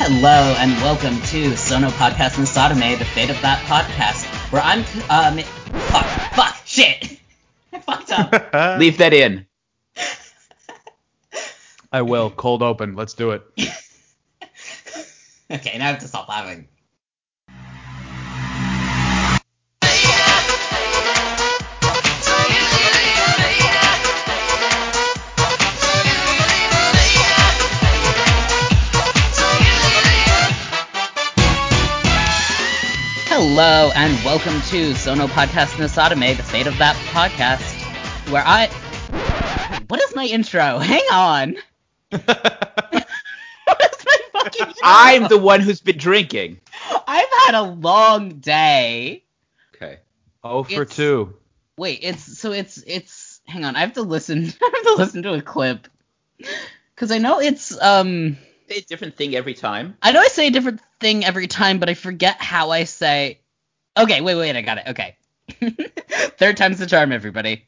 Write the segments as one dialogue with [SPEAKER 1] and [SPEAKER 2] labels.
[SPEAKER 1] Hello and welcome to Sono Podcast and Sodome, the fate of that podcast, where I'm um fuck fuck shit. I fucked up.
[SPEAKER 2] Leave that in.
[SPEAKER 3] I will. Cold open. Let's do it.
[SPEAKER 1] okay, now I have to stop laughing. Hello and welcome to Sono Podcast and Sodome, the fate of that podcast, where I what is my intro? Hang on. What is my fucking intro?
[SPEAKER 2] I'm the one who's been drinking.
[SPEAKER 1] I've had a long day.
[SPEAKER 2] Okay.
[SPEAKER 3] Oh for
[SPEAKER 1] It's-
[SPEAKER 3] two.
[SPEAKER 1] Wait, it's so it's it's hang on, I have to listen I have to listen to a clip. Cause I know it's um
[SPEAKER 2] Say a different thing every time.
[SPEAKER 1] I know I say a different thing every time, but I forget how I say Okay, wait, wait, I got it. Okay. Third time's the charm, everybody.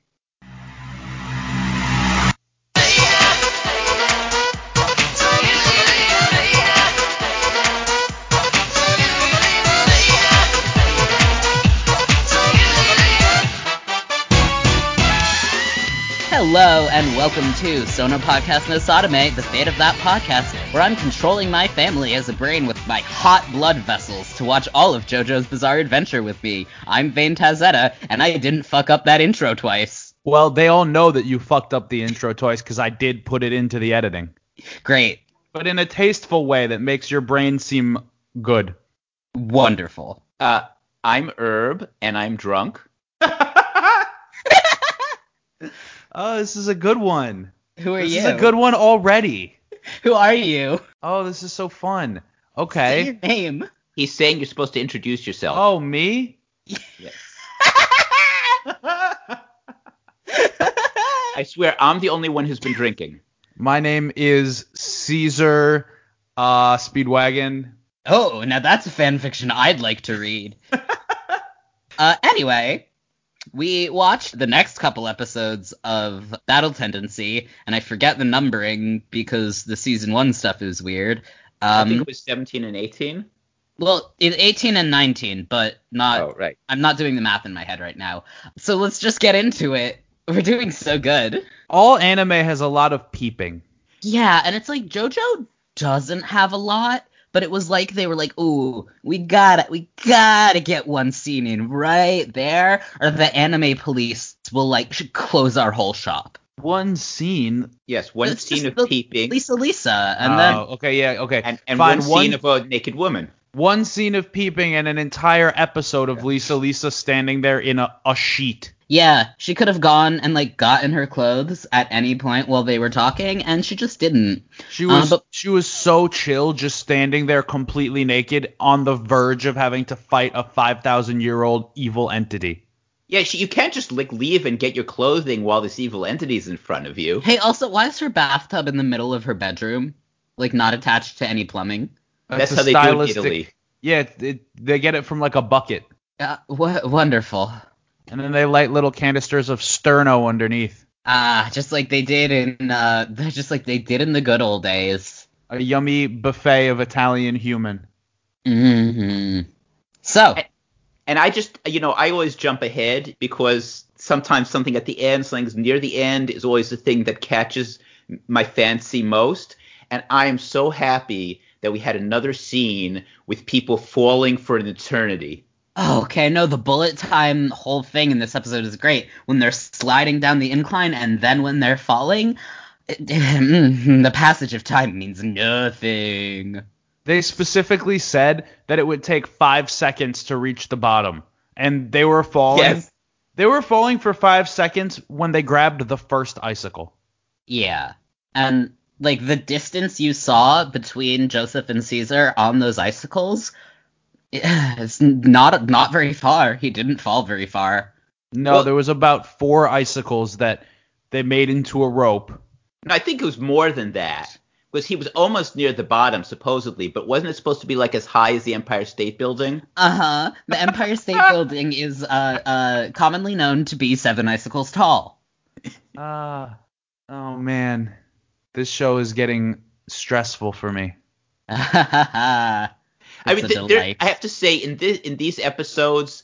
[SPEAKER 1] Hello and welcome to Sono Podcast No Sodome, the fate of that podcast, where I'm controlling my family as a brain with my hot blood vessels to watch all of JoJo's Bizarre Adventure with me. I'm Vane Tazetta, and I didn't fuck up that intro twice.
[SPEAKER 3] Well, they all know that you fucked up the intro twice because I did put it into the editing,
[SPEAKER 1] Great.
[SPEAKER 3] but in a tasteful way that makes your brain seem good.
[SPEAKER 1] Wonderful.
[SPEAKER 2] Uh, I'm Herb and I'm drunk.
[SPEAKER 3] Oh, this is a good one.
[SPEAKER 1] Who are
[SPEAKER 3] this
[SPEAKER 1] you?
[SPEAKER 3] is a good one already.
[SPEAKER 1] Who are you?
[SPEAKER 3] Oh, this is so fun.
[SPEAKER 1] Say
[SPEAKER 3] Okay.
[SPEAKER 1] your name.
[SPEAKER 2] He's saying you're supposed to introduce yourself.
[SPEAKER 3] Oh, me?
[SPEAKER 2] I swear, I'm the only one who's been drinking.
[SPEAKER 3] My name is Caesar uh, Speedwagon.
[SPEAKER 1] oh, now that's a fan fiction I'd like to read. uh, anyway, we watched the next couple episodes of Battle Tendency, and I forget the numbering because the season one stuff is weird.
[SPEAKER 2] I think
[SPEAKER 1] Um,
[SPEAKER 2] it was 17 and 18.
[SPEAKER 1] well, it's 18 and 19, but not.
[SPEAKER 2] oh, right.
[SPEAKER 1] I'm not doing the math in my head right now. So let's just get into it. We're doing so good.
[SPEAKER 3] All anime has a lot of peeping.
[SPEAKER 1] Yeah, and it's like JoJo doesn't have a lot, but it was like they were like, "Ooh, we gotta, we gotta get one scene in right there, or the anime police will like should close our whole shop."
[SPEAKER 3] One scene.
[SPEAKER 2] Yes, one
[SPEAKER 1] It's
[SPEAKER 2] scene
[SPEAKER 1] just
[SPEAKER 2] of
[SPEAKER 1] the-
[SPEAKER 2] peeping
[SPEAKER 1] Lisa, Lisa, and
[SPEAKER 3] Oh,
[SPEAKER 1] then
[SPEAKER 3] okay, yeah, okay.
[SPEAKER 2] and, and
[SPEAKER 3] Fine,
[SPEAKER 2] one, scene of a naked woman.
[SPEAKER 3] one scene of peeping and an entire episode of Lisa Lisa standing there in a, a sheet.
[SPEAKER 1] yeah, she could have gone and like gotten her clothes at any point while they were talking, and she just didn't.
[SPEAKER 3] She
[SPEAKER 1] Um,
[SPEAKER 3] was
[SPEAKER 1] but-
[SPEAKER 3] she was so chill just standing there completely naked on the verge of having to fight a 5000 year old evil entity.
[SPEAKER 2] Yeah, she, you can't just like leave and get your clothing while this evil entity's in front of you.
[SPEAKER 1] Hey, also, why is her bathtub in the middle of her bedroom, like not attached to any plumbing?
[SPEAKER 2] That's,
[SPEAKER 3] a
[SPEAKER 2] how they
[SPEAKER 3] stylistic-
[SPEAKER 2] do it in Italy.
[SPEAKER 3] Yeah, it, it, they get it from like a bucket
[SPEAKER 1] Uh, wha- wonderful.
[SPEAKER 3] and then they light little canisters of sterno underneath.
[SPEAKER 1] Ah, just like they did in uh just like they did in the good old days.
[SPEAKER 3] A yummy buffet of Italian human.
[SPEAKER 1] hmm So
[SPEAKER 2] And I just, you know, I always jump ahead because sometimes something at the end, something's near the end, is always the thing that catches my fancy most. And I am so happy that we had another scene with people falling for an eternity.
[SPEAKER 1] oh, okay, no, the bullet time whole thing in this episode is great. When they're sliding down the incline and then when they're falling, it- mhm, the passage of time means nothing.
[SPEAKER 3] They specifically said that it would take five seconds to reach the bottom, and they were falling.
[SPEAKER 2] Yes.
[SPEAKER 3] They were falling for five seconds when they grabbed the first icicle.
[SPEAKER 1] Yeah. And like the distance you saw between Joseph and Caesar on those icicles, it's not not very far. He didn't fall very far.
[SPEAKER 3] No,
[SPEAKER 2] Well-
[SPEAKER 3] there was about four icicles that they made into a rope.
[SPEAKER 2] No, I think it was more than that because he was almost near the bottom, supposedly, but wasn't it supposed to be like as high as the Empire State Building?
[SPEAKER 1] Uh-huh. The Empire State Building is uh uh commonly known to be seven icicles tall.
[SPEAKER 3] Ah, oh man, this show is getting stressful for me.
[SPEAKER 1] I
[SPEAKER 2] I mean, th- there, I have to say in this in these episodes,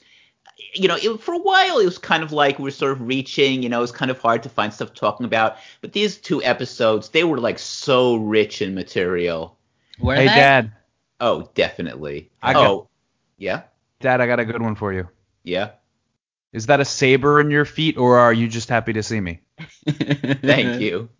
[SPEAKER 2] you know, it, for a while it was kind of like we were sort of reaching. You know, it was kind of hard to find stuff talking about. But these two episodes, they were like so rich in material.
[SPEAKER 1] Where
[SPEAKER 3] hey,
[SPEAKER 1] they?
[SPEAKER 3] Dad.
[SPEAKER 2] Oh, definitely.
[SPEAKER 3] I
[SPEAKER 2] oh,
[SPEAKER 3] got-
[SPEAKER 2] yeah,
[SPEAKER 3] Dad, I got a good one for you.
[SPEAKER 2] yeah.
[SPEAKER 3] Is that a saber in your feet, or are you just happy to see me?
[SPEAKER 2] Thank you.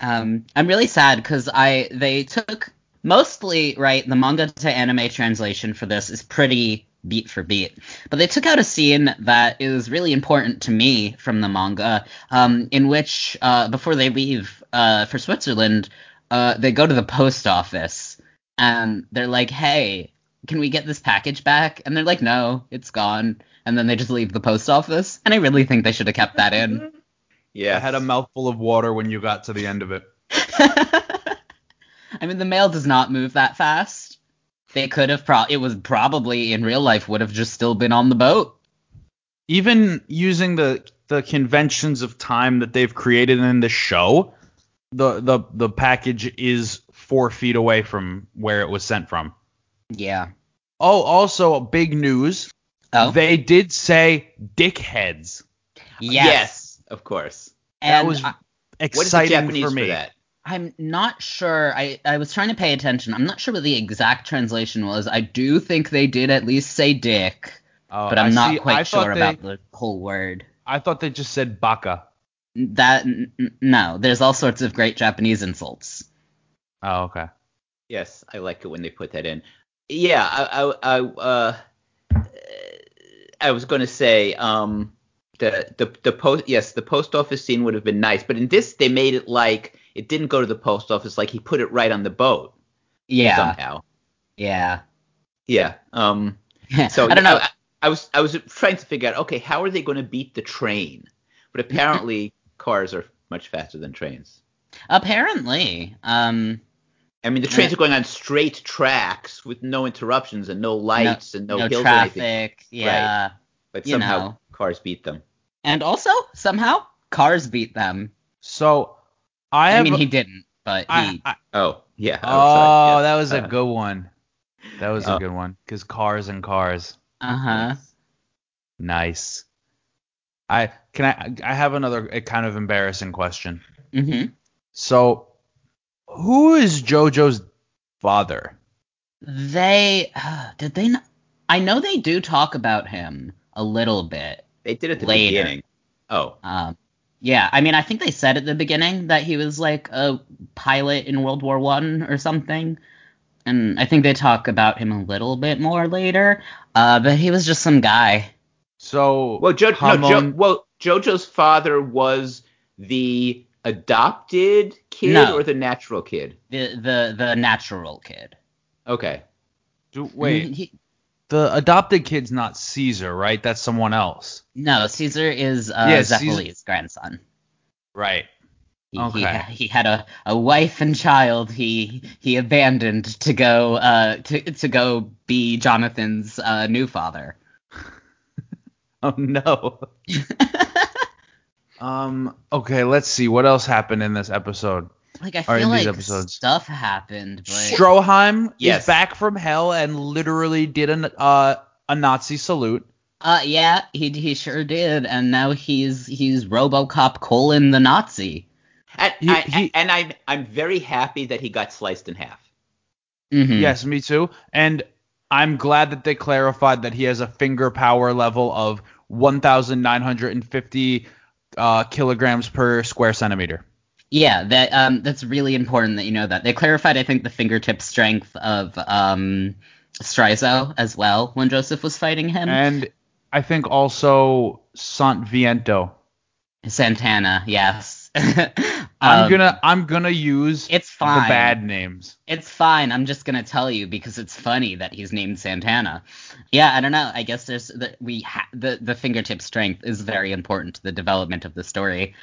[SPEAKER 1] Um, I'm really sad because I they took mostly right the manga to anime translation for this is pretty beat for beat, but they took out a scene that is really important to me from the manga, um, in which uh, before they leave uh, for Switzerland, uh, they go to the post office and they're like, "Hey, can we get this package back?" And they're like, "No, it's gone." And then they just leave the post office, and I really think they should have kept that in.
[SPEAKER 2] Yeah.
[SPEAKER 3] I had a mouthful of water when you got to the end of it.
[SPEAKER 1] I mean, the mail does not move that fast. They could have pro. It was probably in real life would have just still been on the boat.
[SPEAKER 3] Even using the the conventions of time that they've created in the show, the the the package is four feet away from where it was sent from.
[SPEAKER 1] Yeah.
[SPEAKER 3] Oh, also big news.
[SPEAKER 1] Oh.
[SPEAKER 3] They did say dickheads.
[SPEAKER 1] yes.
[SPEAKER 2] of course.
[SPEAKER 1] And
[SPEAKER 3] that was
[SPEAKER 1] I,
[SPEAKER 2] What is the
[SPEAKER 3] exciting
[SPEAKER 2] Japanese
[SPEAKER 3] for
[SPEAKER 2] for,
[SPEAKER 3] me.
[SPEAKER 2] that?
[SPEAKER 1] I'm not sure. I I was trying to pay attention. I'm not sure what the exact translation was. I do think they did at least say dick,
[SPEAKER 3] Oh,
[SPEAKER 1] but I'm
[SPEAKER 3] I
[SPEAKER 1] not
[SPEAKER 3] see-
[SPEAKER 1] quite
[SPEAKER 3] I thought
[SPEAKER 1] sure
[SPEAKER 3] they-
[SPEAKER 1] about the whole word.
[SPEAKER 3] I thought they just said baka.
[SPEAKER 1] That n- n- no, there's all sorts of great Japanese insults.
[SPEAKER 3] Oh, okay.
[SPEAKER 2] Yes, I like it when they put that in. Yeah, I, I, I, uh, I was going to say um, the the the post. Yes, the post office scene would have been nice, but in this they made it like it didn't go to the post office. Like he put it right on the boat
[SPEAKER 1] Yeah.
[SPEAKER 2] somehow.
[SPEAKER 1] Yeah.
[SPEAKER 2] Yeah. Um. So
[SPEAKER 1] I don't
[SPEAKER 3] uh,
[SPEAKER 1] know.
[SPEAKER 2] I, I was I was trying to figure out okay how are they going to beat the train, but apparently cars are much faster than trains.
[SPEAKER 1] Apparently, um,
[SPEAKER 2] I mean the trains are going on straight tracks with no interruptions and no lights and no,
[SPEAKER 1] no
[SPEAKER 2] hills or anything.
[SPEAKER 1] traffic. Yeah.
[SPEAKER 2] But
[SPEAKER 1] you
[SPEAKER 2] somehow
[SPEAKER 1] know.
[SPEAKER 2] cars beat them.
[SPEAKER 1] And also, somehow, cars beat them.
[SPEAKER 3] So I
[SPEAKER 1] I,
[SPEAKER 3] have
[SPEAKER 1] mean, he didn't, but
[SPEAKER 3] I-
[SPEAKER 1] he.
[SPEAKER 3] I-
[SPEAKER 2] Oh, yeah.
[SPEAKER 3] oh,
[SPEAKER 2] sorry, yeah.
[SPEAKER 3] that was a
[SPEAKER 2] Uh,
[SPEAKER 3] good one. That was
[SPEAKER 2] Oh.
[SPEAKER 3] a good one cuz cars and cars.
[SPEAKER 1] Uh huh.
[SPEAKER 3] Nice. I can I I have another uh, kind of embarrassing question.
[SPEAKER 1] hmm
[SPEAKER 3] So who is JoJo's father?
[SPEAKER 1] They uh, did they not? I know they do talk about him a little bit.
[SPEAKER 2] They did it at the
[SPEAKER 1] Later.
[SPEAKER 2] beginning. Oh,
[SPEAKER 1] Um, yeah, I mean, I think they said at the beginning that he was like a pilot in World War One or something, and I think they talk about him a little bit more later. Uh, but he was just some guy.
[SPEAKER 3] So
[SPEAKER 2] well, jo- no, jo-
[SPEAKER 3] Hamon-
[SPEAKER 2] well, JoJo's father was the adopted kid
[SPEAKER 1] No.
[SPEAKER 2] or the natural kid.
[SPEAKER 1] The the the natural kid.
[SPEAKER 2] Okay.
[SPEAKER 3] do- wait,
[SPEAKER 1] He-
[SPEAKER 3] the adopted kid's not Caesar, right? That's someone else.
[SPEAKER 1] No, Caesar is uh,
[SPEAKER 3] Yeah, Caesar-
[SPEAKER 1] Zephali's grandson.
[SPEAKER 3] Right.
[SPEAKER 1] He,
[SPEAKER 3] Okay.
[SPEAKER 1] he, he had a, a wife and child he he abandoned to go uh to to go be Jonathan's uh, new father.
[SPEAKER 3] Oh no. um okay, let's see what else happened in this episode.
[SPEAKER 1] Like I
[SPEAKER 3] Or in
[SPEAKER 1] feel
[SPEAKER 3] these
[SPEAKER 1] like
[SPEAKER 3] episodes.
[SPEAKER 1] stuff happened, but
[SPEAKER 3] Stroheim
[SPEAKER 2] Yes.
[SPEAKER 3] is back from hell and literally did an uh, a Nazi salute.
[SPEAKER 1] uh yeah, he he sure did, and now he's he's RoboCop colon the Nazi.
[SPEAKER 2] And,
[SPEAKER 3] He-
[SPEAKER 2] I,
[SPEAKER 3] he-
[SPEAKER 2] and I'm I'm very happy that he got sliced in half.
[SPEAKER 1] Mhm.
[SPEAKER 3] Yes, me too. And I'm glad that they clarified that he has a finger power level of 1,950 uh, kilograms per square centimeter.
[SPEAKER 1] Yeah, that um that's really important that you know that. They clarified I think the fingertip strength of um Strizo as well when Joseph was fighting him.
[SPEAKER 3] And I think also Sant Viento.
[SPEAKER 1] Santana, yes.
[SPEAKER 3] I'm
[SPEAKER 1] Um,
[SPEAKER 3] gonna I'm gonna use
[SPEAKER 1] It's
[SPEAKER 3] the
[SPEAKER 1] fine.
[SPEAKER 3] bad names.
[SPEAKER 1] It's fine. I'm just gonna tell you because it's funny that he's named Santana. Yeah, I don't know. I guess there's the, we ha- the the fingertip strength is very important to the development of the story.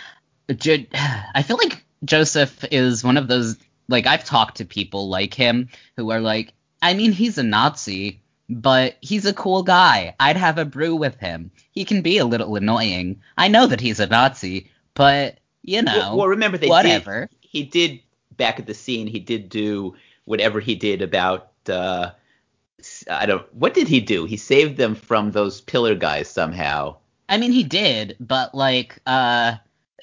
[SPEAKER 1] Jo- I feel like Joseph is one of those like I've talked to people like him who are like, I mean, he's a Nazi, but he's a cool guy. I'd have a brew with him. He can be a little annoying. I know that he's a Nazi, but you know,
[SPEAKER 2] Well, well remember they
[SPEAKER 1] whatever.
[SPEAKER 2] Did, he did back at the scene. He did do whatever he did about uh, I don't what did he do? He saved them from those pillar guys somehow.
[SPEAKER 1] I mean, he did, but like, uh,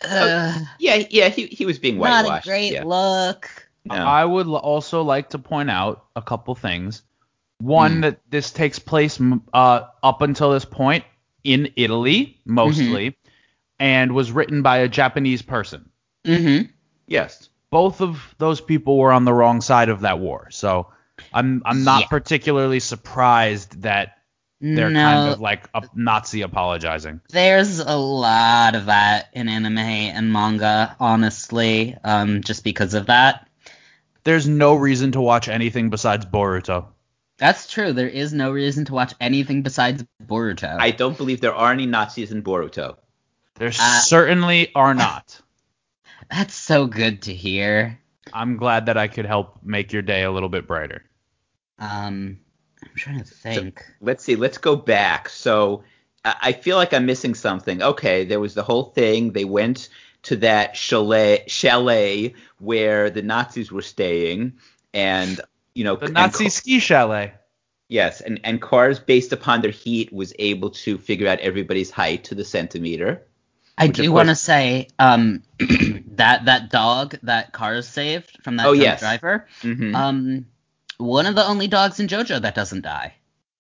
[SPEAKER 1] uh
[SPEAKER 2] Yeah, yeah, he he was being Oh, whitewashed.
[SPEAKER 1] not a great
[SPEAKER 2] yeah.
[SPEAKER 1] look.
[SPEAKER 2] No.
[SPEAKER 3] I would l- also like to point out a couple things. One
[SPEAKER 1] Hmm.
[SPEAKER 3] that this takes place m- uh, up until this point in Italy mostly, and was written by a Japanese person.
[SPEAKER 1] Mm-hmm.
[SPEAKER 2] yes.
[SPEAKER 3] Both of those people were on the wrong side of that war, so I'm I'm not
[SPEAKER 1] Yeah.
[SPEAKER 3] particularly surprised that they're
[SPEAKER 1] no,
[SPEAKER 3] kind of like a Nazi apologizing.
[SPEAKER 1] there's a lot of that in anime and manga, honestly, um, just because of that.
[SPEAKER 3] There's no reason to watch anything besides Boruto.
[SPEAKER 1] That's true. There is no reason to watch anything besides Boruto.
[SPEAKER 2] I don't believe there are any Nazis in Boruto.
[SPEAKER 3] There
[SPEAKER 1] Uh,
[SPEAKER 3] certainly are not.
[SPEAKER 1] That's so good to hear.
[SPEAKER 3] I'm glad that I could help make your day a little bit brighter.
[SPEAKER 1] Um, I'm trying to think.
[SPEAKER 2] Let's see. Let's go back. So I I feel like I'm missing something. Okay, there was the whole thing. They went to that chalet, chalet where the Nazis were staying, and you know,
[SPEAKER 3] The
[SPEAKER 2] and
[SPEAKER 3] Nazi
[SPEAKER 2] Ca-
[SPEAKER 3] ski chalet.
[SPEAKER 2] yes, and and cars based upon their heat was able to figure out everybody's height to the centimeter.
[SPEAKER 1] I
[SPEAKER 2] which, of
[SPEAKER 1] do
[SPEAKER 2] course-
[SPEAKER 1] want to say um, that that dog that Cars saved from that
[SPEAKER 2] Oh,
[SPEAKER 1] drunk
[SPEAKER 2] yes.
[SPEAKER 1] driver,
[SPEAKER 2] Mhm.
[SPEAKER 1] um, one of the only dogs in JoJo that doesn't die,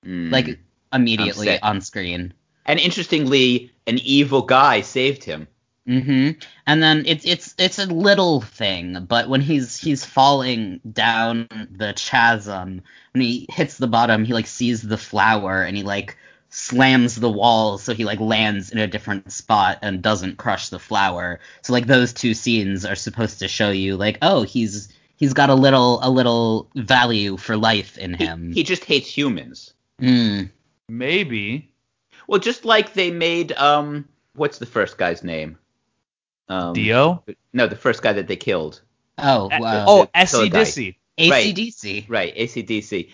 [SPEAKER 2] Mm.
[SPEAKER 1] like immediately
[SPEAKER 2] Upset.
[SPEAKER 1] on screen.
[SPEAKER 2] and interestingly, an evil guy saved him.
[SPEAKER 1] hmm And then it's it's it's a little thing, but when he's he's falling down the chasm, when he hits the bottom, he like sees the flower and he like slams the wall so he like lands in a different spot and doesn't crush the flower. So like those two scenes are supposed to show you like oh he's he's got a little a little value for life in
[SPEAKER 2] He,
[SPEAKER 1] him.
[SPEAKER 2] he just hates humans.
[SPEAKER 1] Mm.
[SPEAKER 3] Maybe.
[SPEAKER 2] Well, just like they made um, what's the first guy's name? Um,
[SPEAKER 3] Dio?
[SPEAKER 2] No, the first guy that they killed.
[SPEAKER 1] Oh,
[SPEAKER 3] A-
[SPEAKER 1] wow.
[SPEAKER 3] oh,
[SPEAKER 2] the
[SPEAKER 3] Essie
[SPEAKER 2] guy.
[SPEAKER 3] Dissy.
[SPEAKER 2] right.
[SPEAKER 1] ACDC.
[SPEAKER 2] Right, ACDC.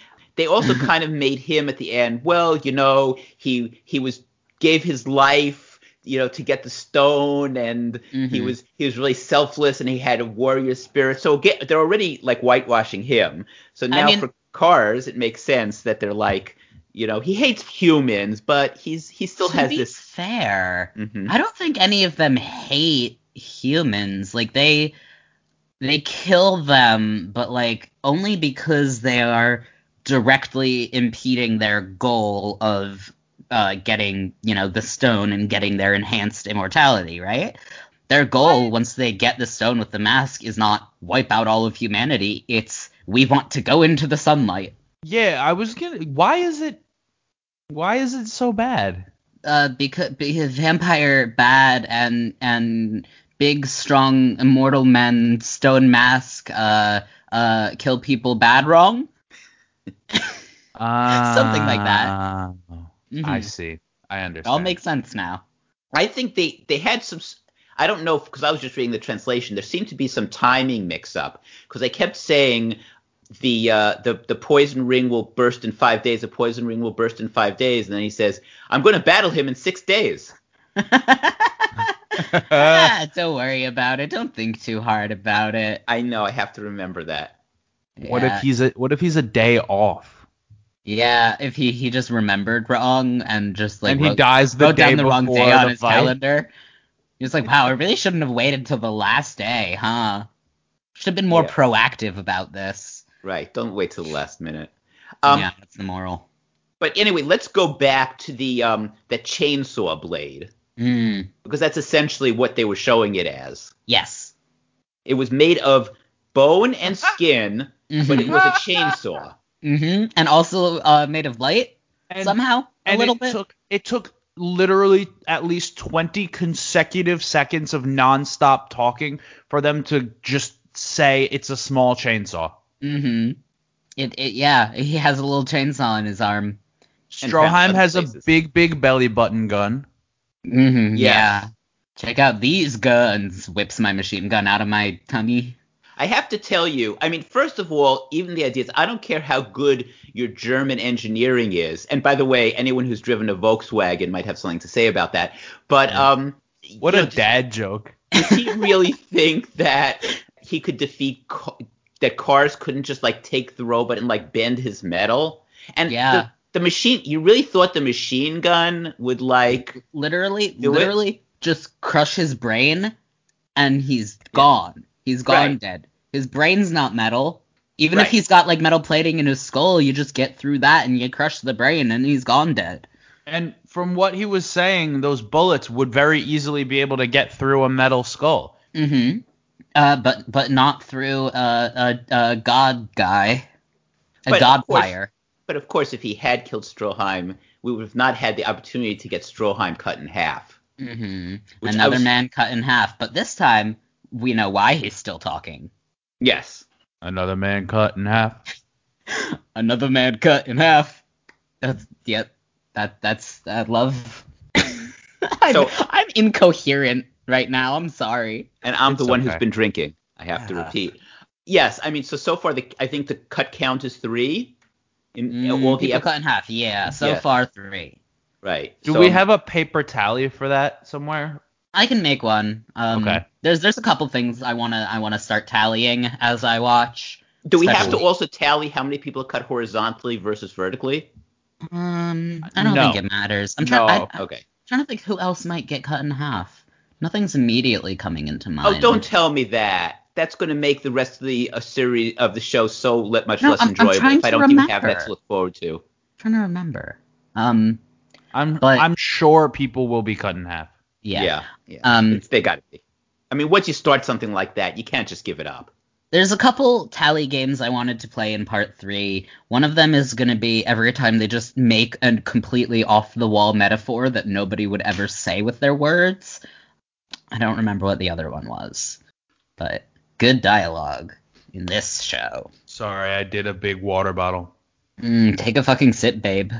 [SPEAKER 2] They also kind of made him at the end. Well, you know, he he was gave his life, you know, to get the stone, and he
[SPEAKER 1] Mhm.
[SPEAKER 2] was he was really selfless, and he had a warrior spirit. So get, they're already like whitewashing him. So now
[SPEAKER 1] mean-
[SPEAKER 2] for cars, it makes sense that they're like, you know, he hates humans, but he's he still
[SPEAKER 1] to
[SPEAKER 2] has
[SPEAKER 1] be
[SPEAKER 2] this.
[SPEAKER 1] fair.
[SPEAKER 2] Mhm.
[SPEAKER 1] I don't think any of them hate humans. Like they they kill them, but like only because they are directly impeding their goal of uh, getting, you know, the stone and getting their enhanced immortality, right? Their goal, once they get the stone with the mask, is not wipe out all of humanity. It's we want to go into the sunlight
[SPEAKER 3] Yeah, I was gonna. Why is it? Why is it so bad?
[SPEAKER 1] uh, because, because vampire bad and and big strong immortal men stone mask uh uh kill people bad wrong.
[SPEAKER 3] Uh,
[SPEAKER 1] Something like that.
[SPEAKER 3] Ah, I
[SPEAKER 1] Mhm.
[SPEAKER 3] see. I
[SPEAKER 1] It
[SPEAKER 3] understand.
[SPEAKER 1] all makes sense now.
[SPEAKER 2] I think they they had some. s- I don't know because I was just reading the translation. There seemed to be some timing mix-up because they kept saying the uh, the the poison ring will burst in five days. The poison ring will burst in five days, and then he says, "I'm going to battle him in six days."
[SPEAKER 3] Uh,
[SPEAKER 1] ah, don't worry about it. Don't think too hard about it.
[SPEAKER 2] I know I have to remember that.
[SPEAKER 3] what
[SPEAKER 1] Yeah.
[SPEAKER 3] if he's a? What if he's a day off?
[SPEAKER 1] Yeah, if he he just remembered wrong and just like
[SPEAKER 3] and he
[SPEAKER 1] wrote,
[SPEAKER 3] dies the
[SPEAKER 1] wrote
[SPEAKER 3] day
[SPEAKER 1] down the
[SPEAKER 3] before
[SPEAKER 1] wrong day
[SPEAKER 3] the
[SPEAKER 1] on his
[SPEAKER 3] fight?
[SPEAKER 1] calendar. He was like, "Wow, I really shouldn't have waited till the last day, huh? Should have been more
[SPEAKER 2] Yeah.
[SPEAKER 1] proactive about this."
[SPEAKER 2] Right? Don't wait till the last minute. Um,
[SPEAKER 1] yeah, that's the moral.
[SPEAKER 2] But anyway, let's go back to the um, the chainsaw blade
[SPEAKER 1] Mm,
[SPEAKER 2] because that's essentially what they were showing it as.
[SPEAKER 1] yes.
[SPEAKER 2] It was made of bone and skin, but it
[SPEAKER 1] Mm-hmm.
[SPEAKER 2] was a chainsaw.
[SPEAKER 1] hmm And also uh, made of light
[SPEAKER 3] And-
[SPEAKER 1] somehow a
[SPEAKER 3] and
[SPEAKER 1] little
[SPEAKER 3] it
[SPEAKER 1] bit.
[SPEAKER 3] Took, it took literally at least 20 consecutive seconds of nonstop talking for them to just say it's a small chainsaw.
[SPEAKER 1] hmm It, it yeah. He has a little chainsaw in his arm.
[SPEAKER 2] And
[SPEAKER 3] Stroheim
[SPEAKER 2] found
[SPEAKER 3] has a
[SPEAKER 2] places.
[SPEAKER 3] big, big belly button gun.
[SPEAKER 1] hmm
[SPEAKER 2] Yes.
[SPEAKER 1] Yeah. Check out these guns. Whips my machine gun out of my tummy.
[SPEAKER 2] I have to tell you, I mean, first of all, even the ideas, I don't care how good your German engineering is. And by the way, anyone who's driven a Volkswagen might have something to say about that. But um,
[SPEAKER 3] What
[SPEAKER 2] you
[SPEAKER 3] a
[SPEAKER 2] know,
[SPEAKER 3] dad joke.
[SPEAKER 2] Did he really think that he could defeat? Co- that cars couldn't just like take the robot and like bend his metal. And
[SPEAKER 1] Yeah.
[SPEAKER 2] the, the machine, you really thought the machine gun would like
[SPEAKER 1] literally,
[SPEAKER 2] Do it.
[SPEAKER 1] literally just crush his brain, and he's gone. He's gone
[SPEAKER 2] Right.
[SPEAKER 1] dead. His brain's not metal. Even if
[SPEAKER 2] Right.
[SPEAKER 1] he's got like metal plating in his skull, you just get through that and you crush the brain, and he's gone dead.
[SPEAKER 3] And from what he was saying, those bullets would very easily be able to get through a metal skull.
[SPEAKER 1] Mm-hmm. Uh, but but not through uh, a a god guy, a
[SPEAKER 2] But of
[SPEAKER 1] god
[SPEAKER 2] course-
[SPEAKER 1] fire.
[SPEAKER 2] But of course, if he had killed Stroheim, we would have not had the opportunity to get Stroheim cut in half.
[SPEAKER 1] hmm
[SPEAKER 2] Which I
[SPEAKER 1] Another
[SPEAKER 2] was-
[SPEAKER 1] man cut in half, but this time we know why he's still talking.
[SPEAKER 2] Yes.
[SPEAKER 3] Another man cut in half.
[SPEAKER 1] Another man cut in half. That's yep. That that's I love. I'm,
[SPEAKER 2] So-
[SPEAKER 1] I'm incoherent right now. I'm sorry.
[SPEAKER 2] And I'm the
[SPEAKER 3] It's
[SPEAKER 2] one
[SPEAKER 3] okay.
[SPEAKER 2] who's been drinking. I have to
[SPEAKER 1] Yeah.
[SPEAKER 2] repeat. Yes, I mean, so so far, the, I think the cut count is three. In in
[SPEAKER 1] Mm,
[SPEAKER 2] all the
[SPEAKER 1] people
[SPEAKER 2] ep-
[SPEAKER 1] cut in half. Yeah. So
[SPEAKER 2] Yeah.
[SPEAKER 1] far three.
[SPEAKER 2] right.
[SPEAKER 3] Do
[SPEAKER 2] So-
[SPEAKER 3] we have a paper tally for that somewhere?
[SPEAKER 1] I can make one. Um,
[SPEAKER 3] Okay.
[SPEAKER 1] There's there's a couple things I wanna I wanna start tallying as I watch.
[SPEAKER 2] Do we have to
[SPEAKER 1] Especially-
[SPEAKER 2] also tally how many people are cut horizontally versus vertically?
[SPEAKER 1] Um, I don't
[SPEAKER 3] No.
[SPEAKER 1] think it matters. I'm trying.
[SPEAKER 3] No.
[SPEAKER 1] I, I'm
[SPEAKER 2] Okay.
[SPEAKER 1] trying to think who else might get cut in half. Nothing's immediately coming into mind.
[SPEAKER 2] Oh, don't tell me that. That's going to make the rest of the uh, series of the show so le- much
[SPEAKER 1] No,
[SPEAKER 2] less
[SPEAKER 1] I'm- I'm
[SPEAKER 2] enjoyable
[SPEAKER 1] trying
[SPEAKER 2] if I
[SPEAKER 1] to
[SPEAKER 2] don't even have that
[SPEAKER 1] remember.
[SPEAKER 2] to look forward to.
[SPEAKER 1] trying to remember. Um,
[SPEAKER 3] I'm
[SPEAKER 1] But-
[SPEAKER 3] I'm sure people will be cut in half.
[SPEAKER 1] yeah.
[SPEAKER 2] yeah.
[SPEAKER 1] Um,
[SPEAKER 2] It's- they got to be. I mean, once you start something like that, you can't just give it up.
[SPEAKER 1] There's a couple tally games I wanted to play in part three. One of them is going to be every time they just make a completely off the wall metaphor that nobody would ever say with their words. I don't remember what the other one was, but good dialogue in this show.
[SPEAKER 3] Sorry, I did a big water bottle.
[SPEAKER 1] Mm, take a fucking sip, babe.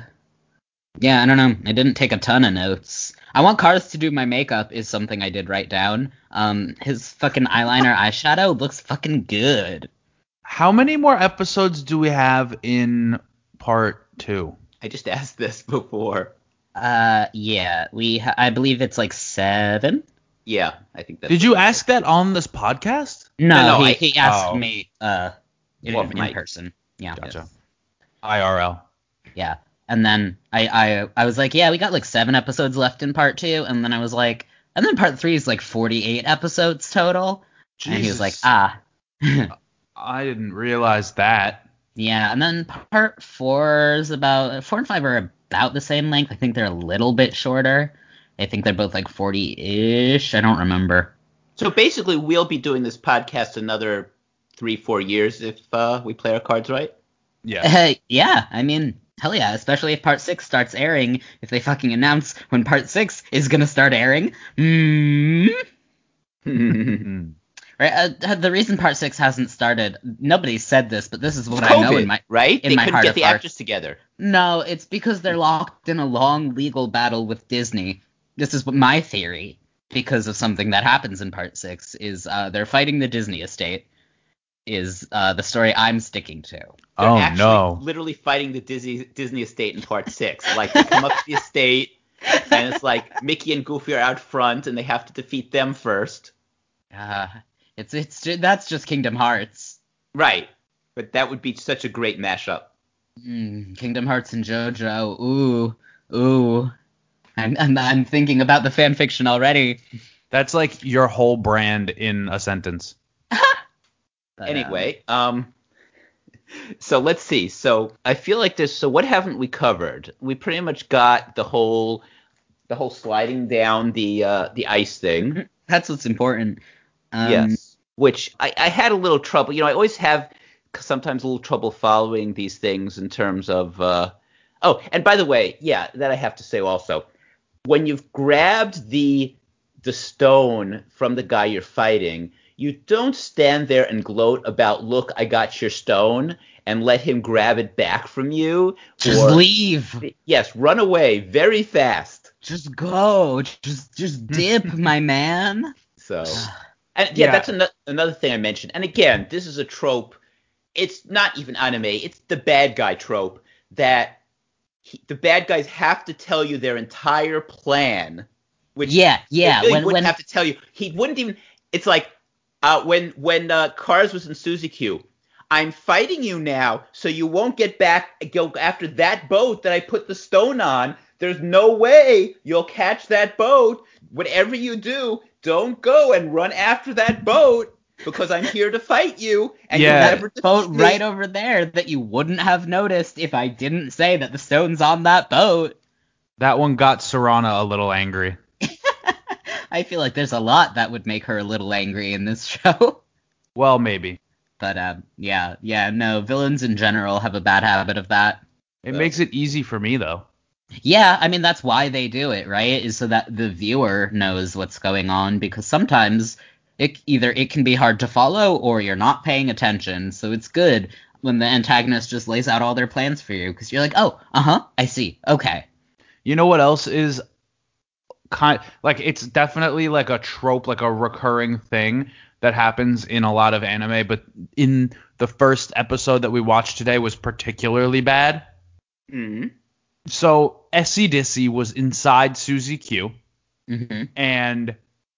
[SPEAKER 1] Yeah, I don't know. I didn't take a ton of notes. I want Cars to do my makeup is something I did write down. Um, his fucking eyeliner eyeshadow looks fucking good.
[SPEAKER 3] How many more episodes do we have in part two?
[SPEAKER 2] I just asked this before.
[SPEAKER 1] Uh, yeah, we. Ha- I believe it's like seven.
[SPEAKER 2] Yeah, I think that's.
[SPEAKER 3] Did you ask that on this podcast?
[SPEAKER 1] No,
[SPEAKER 2] No, no,
[SPEAKER 1] he,
[SPEAKER 2] I-
[SPEAKER 1] he asked
[SPEAKER 3] oh.
[SPEAKER 1] me uh in,
[SPEAKER 2] Off
[SPEAKER 1] in
[SPEAKER 2] mic.
[SPEAKER 1] person. Yeah,
[SPEAKER 3] Gotcha. IRL.
[SPEAKER 1] yeah. And then I, I I was like, yeah, we got like seven episodes left in part two, and then I was like, and then part three is like forty eight episodes total. And he was like,
[SPEAKER 3] Jesus.
[SPEAKER 1] ah,
[SPEAKER 3] I didn't realize that.
[SPEAKER 1] yeah. And then part four is about four and five are about the same length. I think they're a little bit shorter. I think they're both like forty ish. I don't remember.
[SPEAKER 2] So basically, we'll be doing this podcast another three, four years if uh, we play our cards right.
[SPEAKER 3] Yeah.
[SPEAKER 1] Uh, yeah, I mean, hell yeah, especially if part six starts airing, if they fucking announce when part six is gonna start airing. Mm.
[SPEAKER 2] COVID.
[SPEAKER 3] Mm.
[SPEAKER 1] Right, uh, uh, the reason part six hasn't started, nobody said this, but this is what I know in my.
[SPEAKER 2] right?
[SPEAKER 1] in
[SPEAKER 2] they
[SPEAKER 1] my
[SPEAKER 2] couldn't
[SPEAKER 1] heart
[SPEAKER 2] get
[SPEAKER 1] of
[SPEAKER 2] the
[SPEAKER 1] hearts.
[SPEAKER 2] actors together.
[SPEAKER 1] No, it's because they're locked in a long legal battle with Disney. This is what my theory, because of something that happens in part six, is uh, they're fighting the Disney estate. Is uh, the story I'm sticking to.
[SPEAKER 2] They're
[SPEAKER 3] Oh
[SPEAKER 2] actually
[SPEAKER 3] no.
[SPEAKER 2] Literally fighting the Disney Disney estate in part six. Like they come up to the estate, and it's like Mickey and Goofy are out front, and they have to defeat them first.
[SPEAKER 1] Uh, it's it's ju- that's just Kingdom Hearts.
[SPEAKER 2] Right. But that would be such a great mashup.
[SPEAKER 1] Mm, Kingdom Hearts and JoJo. Ooh, ooh. I'm, I'm, I'm thinking about the fan fiction already.
[SPEAKER 3] That's like your whole brand in a sentence.
[SPEAKER 1] But, um,
[SPEAKER 2] anyway, um, so let's see. So I feel like this. So what haven't we covered? We pretty much got the whole, the whole sliding down the uh, the ice thing.
[SPEAKER 1] that's what's important. Um,
[SPEAKER 2] yes. Which I, I had a little trouble. You know, I always have c- sometimes a little trouble following these things in terms of. Uh, oh, and by the way, yeah, that I have to say also, when you've grabbed the the stone from the guy you're fighting, you don't stand there and gloat about, look, I got your stone, and let him grab it back from you.
[SPEAKER 1] Just
[SPEAKER 2] or-
[SPEAKER 1] leave.
[SPEAKER 2] Yes, run away very fast.
[SPEAKER 1] Just go. Just just dip, my man.
[SPEAKER 2] So, and yeah,
[SPEAKER 3] Yeah.
[SPEAKER 2] that's ano- another thing I mentioned. And again, this is a trope. It's not even anime. It's the bad guy trope that he, the bad guys have to tell you their entire plan, which
[SPEAKER 1] Yeah,
[SPEAKER 2] They
[SPEAKER 1] yeah.
[SPEAKER 2] really
[SPEAKER 1] When,
[SPEAKER 2] wouldn't
[SPEAKER 1] when
[SPEAKER 2] have to tell you. He wouldn't even. It's like uh, when when uh, Cars was in Suzy Q. I'm fighting you now, so you won't get back go after that boat that I put the stone on. There's no way you'll catch that boat. Whatever you do, don't go and run after that boat because I'm here to fight you. And
[SPEAKER 3] Yeah.
[SPEAKER 2] you'll never
[SPEAKER 1] boat
[SPEAKER 2] defeat me."
[SPEAKER 1] right over there that you wouldn't have noticed if I didn't say that the stone's on that boat.
[SPEAKER 3] That one got Serana a little angry.
[SPEAKER 1] I feel like there's a lot that would make her a little angry in this show.
[SPEAKER 3] Well, maybe.
[SPEAKER 1] But um, yeah, yeah, no, villains in general have a bad habit of that.
[SPEAKER 3] It
[SPEAKER 2] Well.
[SPEAKER 3] makes it easy for me though.
[SPEAKER 1] Yeah, I mean that's why they do it, right? Is so that the viewer knows what's going on because sometimes it either it can be hard to follow or you're not paying attention. So it's good when the antagonist just lays out all their plans for you because you're like, "Oh, uh-huh, I see. Okay."
[SPEAKER 3] You know what else is kind like it's definitely like a trope, like a recurring thing that happens in a lot of anime, but in the first episode that we watched today was particularly bad.
[SPEAKER 2] Mhm.
[SPEAKER 3] So Essie Dissy was inside Suzy Q
[SPEAKER 1] Mhm.
[SPEAKER 3] and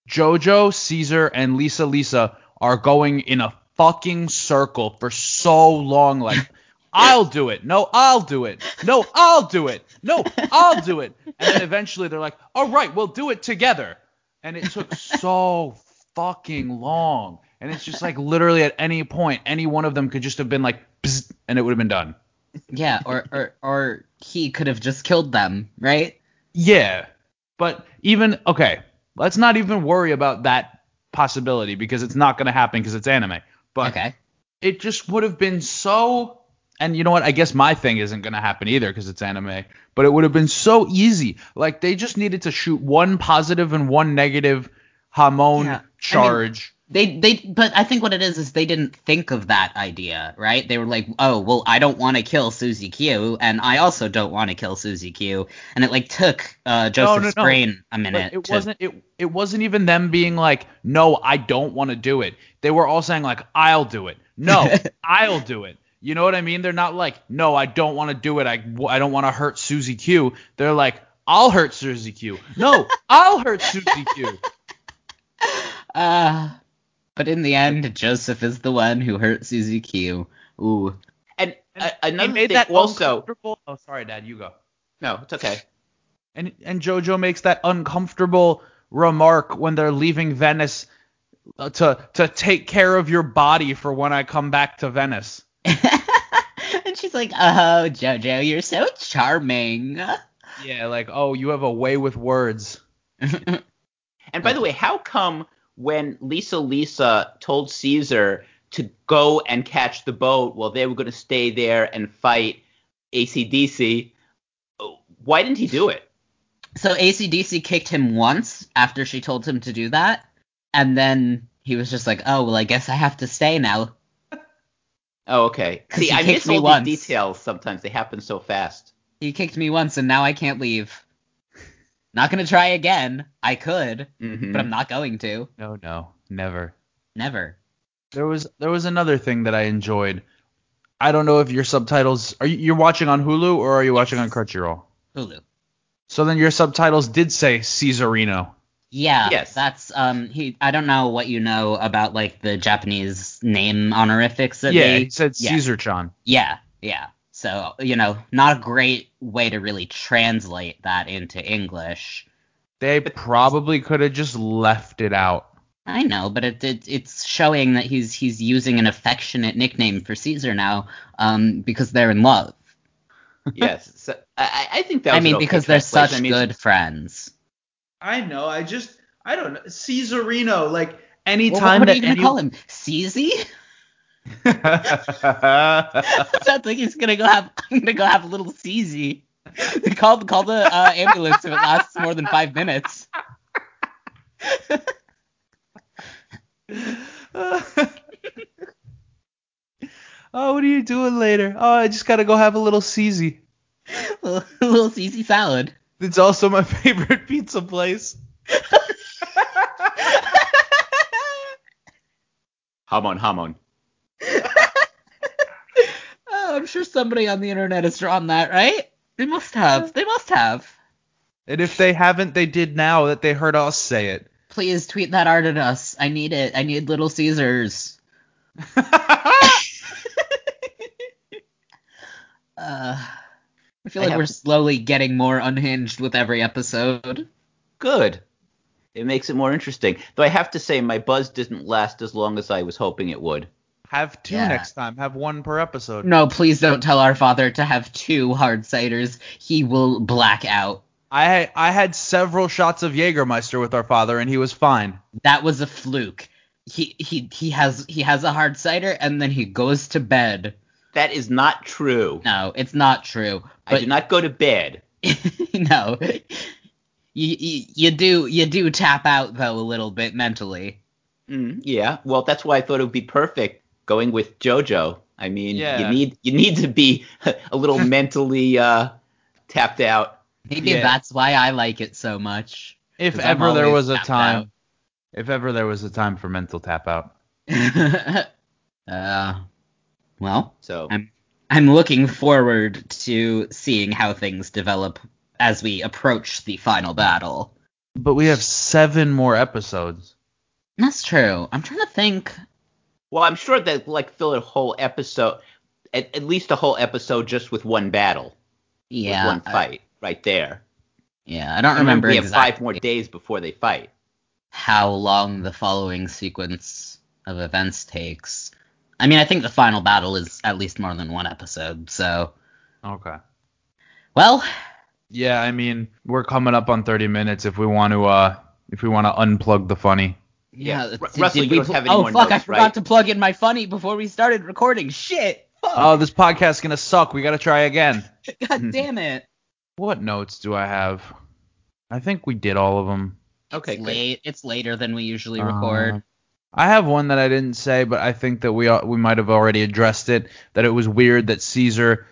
[SPEAKER 3] Jojo, Caesar, and Lisa Lisa are going in a fucking circle for so long. Like, I'll do it. No, I'll do it. No, I'll do it. No, I'll do it. And then eventually they're like, all right, we'll do it together. And it took so fucking long. And it's just like literally at any point, any one of them could just have been like, Bzz, and it would have been done.
[SPEAKER 1] Yeah, or or or he could have just killed them, right?
[SPEAKER 3] Yeah. But even okay, let's not even worry about that possibility because it's not going to happen because it's anime. But
[SPEAKER 1] Okay.
[SPEAKER 3] it just would have been so and you know what? I guess my thing isn't going to happen either because it's anime, but it would have been so easy. Like they just needed to shoot one positive and one negative hormone
[SPEAKER 1] Yeah. I mean-
[SPEAKER 3] charge.
[SPEAKER 1] They they but I think what it is is they didn't think of that idea, right? They were like, "Oh, well, I don't want to kill Susie Q and I also don't want to kill Susie Q." And it like took uh Joseph's
[SPEAKER 3] no, no.
[SPEAKER 1] brain a
[SPEAKER 3] But
[SPEAKER 1] minute
[SPEAKER 3] it
[SPEAKER 1] to
[SPEAKER 3] wasn't it it wasn't even them being like, "No, I don't want to do it." They were all saying like, "I'll do it." No, I'll do it. You know what I mean? They're not like, "No, I don't want to do it. I w- I don't want to hurt Susie Q." They're like, "I'll hurt Susie Q." No, I'll hurt Susie Q.
[SPEAKER 1] uh but in the end, Joseph is the one who hurt Susie Q. Ooh.
[SPEAKER 2] And uh,
[SPEAKER 3] They
[SPEAKER 2] another
[SPEAKER 3] made
[SPEAKER 2] thing
[SPEAKER 3] that
[SPEAKER 2] also.
[SPEAKER 3] uncomfortable- Oh, sorry, Dad, you go.
[SPEAKER 2] No, it's okay.
[SPEAKER 3] And and JoJo makes that uncomfortable remark when they're leaving Venice uh, to to take care of your body for when I come back to Venice.
[SPEAKER 1] and she's like, "Oh, Jojo, you're so charming."
[SPEAKER 3] Yeah, like, oh, you have a way with words.
[SPEAKER 2] And by the way, how come when Lisa Lisa told Caesar to go and catch the boat while they were going to stay there and fight ACDC, why didn't he do it?
[SPEAKER 1] So ACDC kicked him once after she told him to do that, and then he was just like, "Oh well, I guess I have to stay now."
[SPEAKER 2] Oh, okay.
[SPEAKER 1] 'Cause
[SPEAKER 2] See,
[SPEAKER 1] he
[SPEAKER 2] I
[SPEAKER 1] kicked
[SPEAKER 2] miss
[SPEAKER 1] me
[SPEAKER 2] all
[SPEAKER 1] once.
[SPEAKER 2] these details sometimes. They happen so fast.
[SPEAKER 1] He kicked me once, and now I can't leave. Not gonna try again. I could,
[SPEAKER 2] Mhm.
[SPEAKER 1] but I'm not going to.
[SPEAKER 3] No, no, never.
[SPEAKER 1] Never.
[SPEAKER 3] There was there was another thing that I enjoyed. I don't know if your subtitles are you, you're watching on Hulu or are you watching on Crunchyroll?
[SPEAKER 1] Hulu.
[SPEAKER 3] So then your subtitles did say Caesarino.
[SPEAKER 1] Yeah.
[SPEAKER 2] Yes.
[SPEAKER 1] That's um. He. I don't know what you know about like the Japanese name honorifics that
[SPEAKER 3] yeah,
[SPEAKER 1] they.
[SPEAKER 3] he said
[SPEAKER 1] yeah.
[SPEAKER 3] Caesar-chan.
[SPEAKER 1] Yeah, yeah. So, you know, not a great way to really translate that into English.
[SPEAKER 3] They probably could have just left it out.
[SPEAKER 1] I know, but it, it it's showing that he's he's using an affectionate nickname for Caesar now, um, because they're in love.
[SPEAKER 2] yes. So, I, I I think that was
[SPEAKER 1] I
[SPEAKER 2] an
[SPEAKER 1] mean,
[SPEAKER 2] okay
[SPEAKER 1] because they're
[SPEAKER 2] translation.
[SPEAKER 1] such
[SPEAKER 2] I mean,
[SPEAKER 1] good friends.
[SPEAKER 4] I know. I just I don't know. Cesarino, like
[SPEAKER 1] Well,
[SPEAKER 3] Anytime
[SPEAKER 1] what are
[SPEAKER 3] that
[SPEAKER 1] you gonna
[SPEAKER 3] any-
[SPEAKER 1] call him? Caesy? Sounds like he's gonna go have I'm gonna go have a little Caesy. call call the uh, ambulance if it lasts more than five minutes.
[SPEAKER 3] oh, what are you doing later? Oh, I just gotta go have a little Caesar.
[SPEAKER 1] a little Caesy salad.
[SPEAKER 3] It's also my favorite pizza place.
[SPEAKER 2] Hamon, Hamon.
[SPEAKER 1] Oh, I'm sure somebody on the internet has drawn that, right? They must have. They must have.
[SPEAKER 3] And if they haven't, they did now that they heard us say it.
[SPEAKER 1] Please tweet that art at us. I need it. I need Little Caesars. Uh, I feel
[SPEAKER 2] I
[SPEAKER 1] like
[SPEAKER 2] have-
[SPEAKER 1] we're slowly getting more unhinged with every episode.
[SPEAKER 2] Good. It makes it more interesting. Though I have to say, my buzz didn't last as long as I was hoping it would.
[SPEAKER 3] Have two
[SPEAKER 1] Yeah.
[SPEAKER 3] next time. Have one per episode.
[SPEAKER 1] No, please don't tell our father to have two hard ciders. He will black out.
[SPEAKER 3] I I had several shots of Jägermeister with our father, and he was fine.
[SPEAKER 1] That was a fluke. He he he has he has a hard cider and then he goes to bed.
[SPEAKER 2] That is not true.
[SPEAKER 1] No, it's not true.
[SPEAKER 2] I
[SPEAKER 1] But
[SPEAKER 2] do not go to bed.
[SPEAKER 1] no. You, you you do you do tap out though a little bit mentally.
[SPEAKER 2] Mm, yeah. Well, that's why I thought it would be perfect going with JoJo. I mean,
[SPEAKER 3] Yeah.
[SPEAKER 2] you need you need to be a little mentally uh, tapped out.
[SPEAKER 1] Maybe
[SPEAKER 3] Yeah.
[SPEAKER 1] that's why I like it so much.
[SPEAKER 3] If
[SPEAKER 1] 'Cause I'm
[SPEAKER 3] ever there
[SPEAKER 1] always
[SPEAKER 3] was a
[SPEAKER 1] tapped
[SPEAKER 3] time,
[SPEAKER 1] out.
[SPEAKER 3] if ever there was a time for mental tap out.
[SPEAKER 1] uh, well,
[SPEAKER 2] So
[SPEAKER 1] I'm- I'm looking forward to seeing how things develop as we approach the final battle.
[SPEAKER 3] But we have seven more episodes.
[SPEAKER 1] That's true. I'm trying to think.
[SPEAKER 2] well, I'm sure that like fill a whole episode, at, at least a whole episode just with one battle,
[SPEAKER 1] Yeah.
[SPEAKER 2] with one
[SPEAKER 1] I-
[SPEAKER 2] fight right there.
[SPEAKER 1] yeah, I don't
[SPEAKER 2] And then
[SPEAKER 1] remember
[SPEAKER 2] we have
[SPEAKER 1] exactly
[SPEAKER 2] five more days before they fight.
[SPEAKER 1] how long the following sequence of events takes. I mean, I think the final battle is at least more than one episode. So,
[SPEAKER 3] Okay.
[SPEAKER 1] well,
[SPEAKER 3] Yeah, I mean, we're coming up on 30 minutes if we want to uh if we want to unplug the funny.
[SPEAKER 2] Yeah,
[SPEAKER 1] yeah.
[SPEAKER 2] Ru-
[SPEAKER 1] did
[SPEAKER 2] Russell,
[SPEAKER 1] we
[SPEAKER 2] you don't
[SPEAKER 1] pl-
[SPEAKER 2] have any
[SPEAKER 1] oh
[SPEAKER 2] more
[SPEAKER 1] fuck! I
[SPEAKER 2] notes,
[SPEAKER 1] forgot
[SPEAKER 2] right?
[SPEAKER 1] to plug in my funny before we started recording. Shit! Fuck!
[SPEAKER 3] Oh, this podcast's going to suck. We got to try again.
[SPEAKER 1] God damn it!
[SPEAKER 3] What notes do I have? I think we did all of them.
[SPEAKER 2] Okay,
[SPEAKER 1] it's
[SPEAKER 2] good.
[SPEAKER 1] late. It's later than we usually record.
[SPEAKER 3] Uh, I have one that I didn't say, but I think that we we might have already addressed it. That it was weird that Caesar,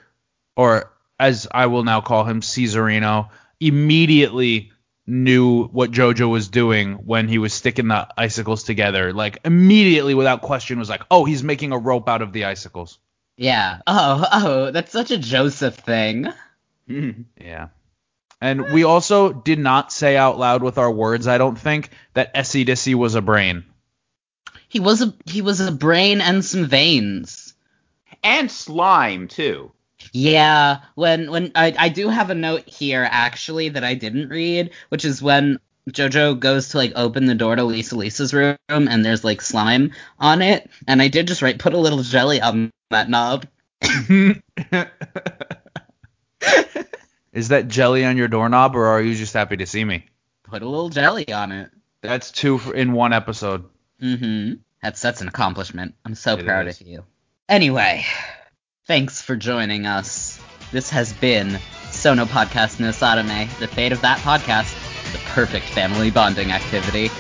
[SPEAKER 3] or as I will now call him, Caesarino, immediately knew what JoJo was doing when he was sticking the icicles together. Like immediately, without question, was like, "Oh, he's making a rope out of the icicles."
[SPEAKER 1] Yeah. Oh, oh, that's such a Joseph thing.
[SPEAKER 2] Mhm.
[SPEAKER 3] Yeah. And we also did not say out loud with our words, I don't think, that Essie Dissy was a brain.
[SPEAKER 1] He was a he was a brain and some veins.
[SPEAKER 2] And slime too.
[SPEAKER 1] Yeah, when when I I do have a note here actually that I didn't read, which is when Jojo goes to like open the door to Lisa Lisa's room and there's like slime on it, and I did just write put a little jelly on that knob.
[SPEAKER 3] Is that jelly on your doorknob, or are you just happy to see me?
[SPEAKER 1] Put a little jelly on it.
[SPEAKER 3] That's two f- in one episode.
[SPEAKER 1] Mm-hmm. That's that's an accomplishment. I'm so
[SPEAKER 3] It
[SPEAKER 1] proud
[SPEAKER 3] is.
[SPEAKER 1] of you. Anyway, thanks for joining us. This has been Sono Podcast No Sodome, the fate of that podcast, the perfect family bonding activity.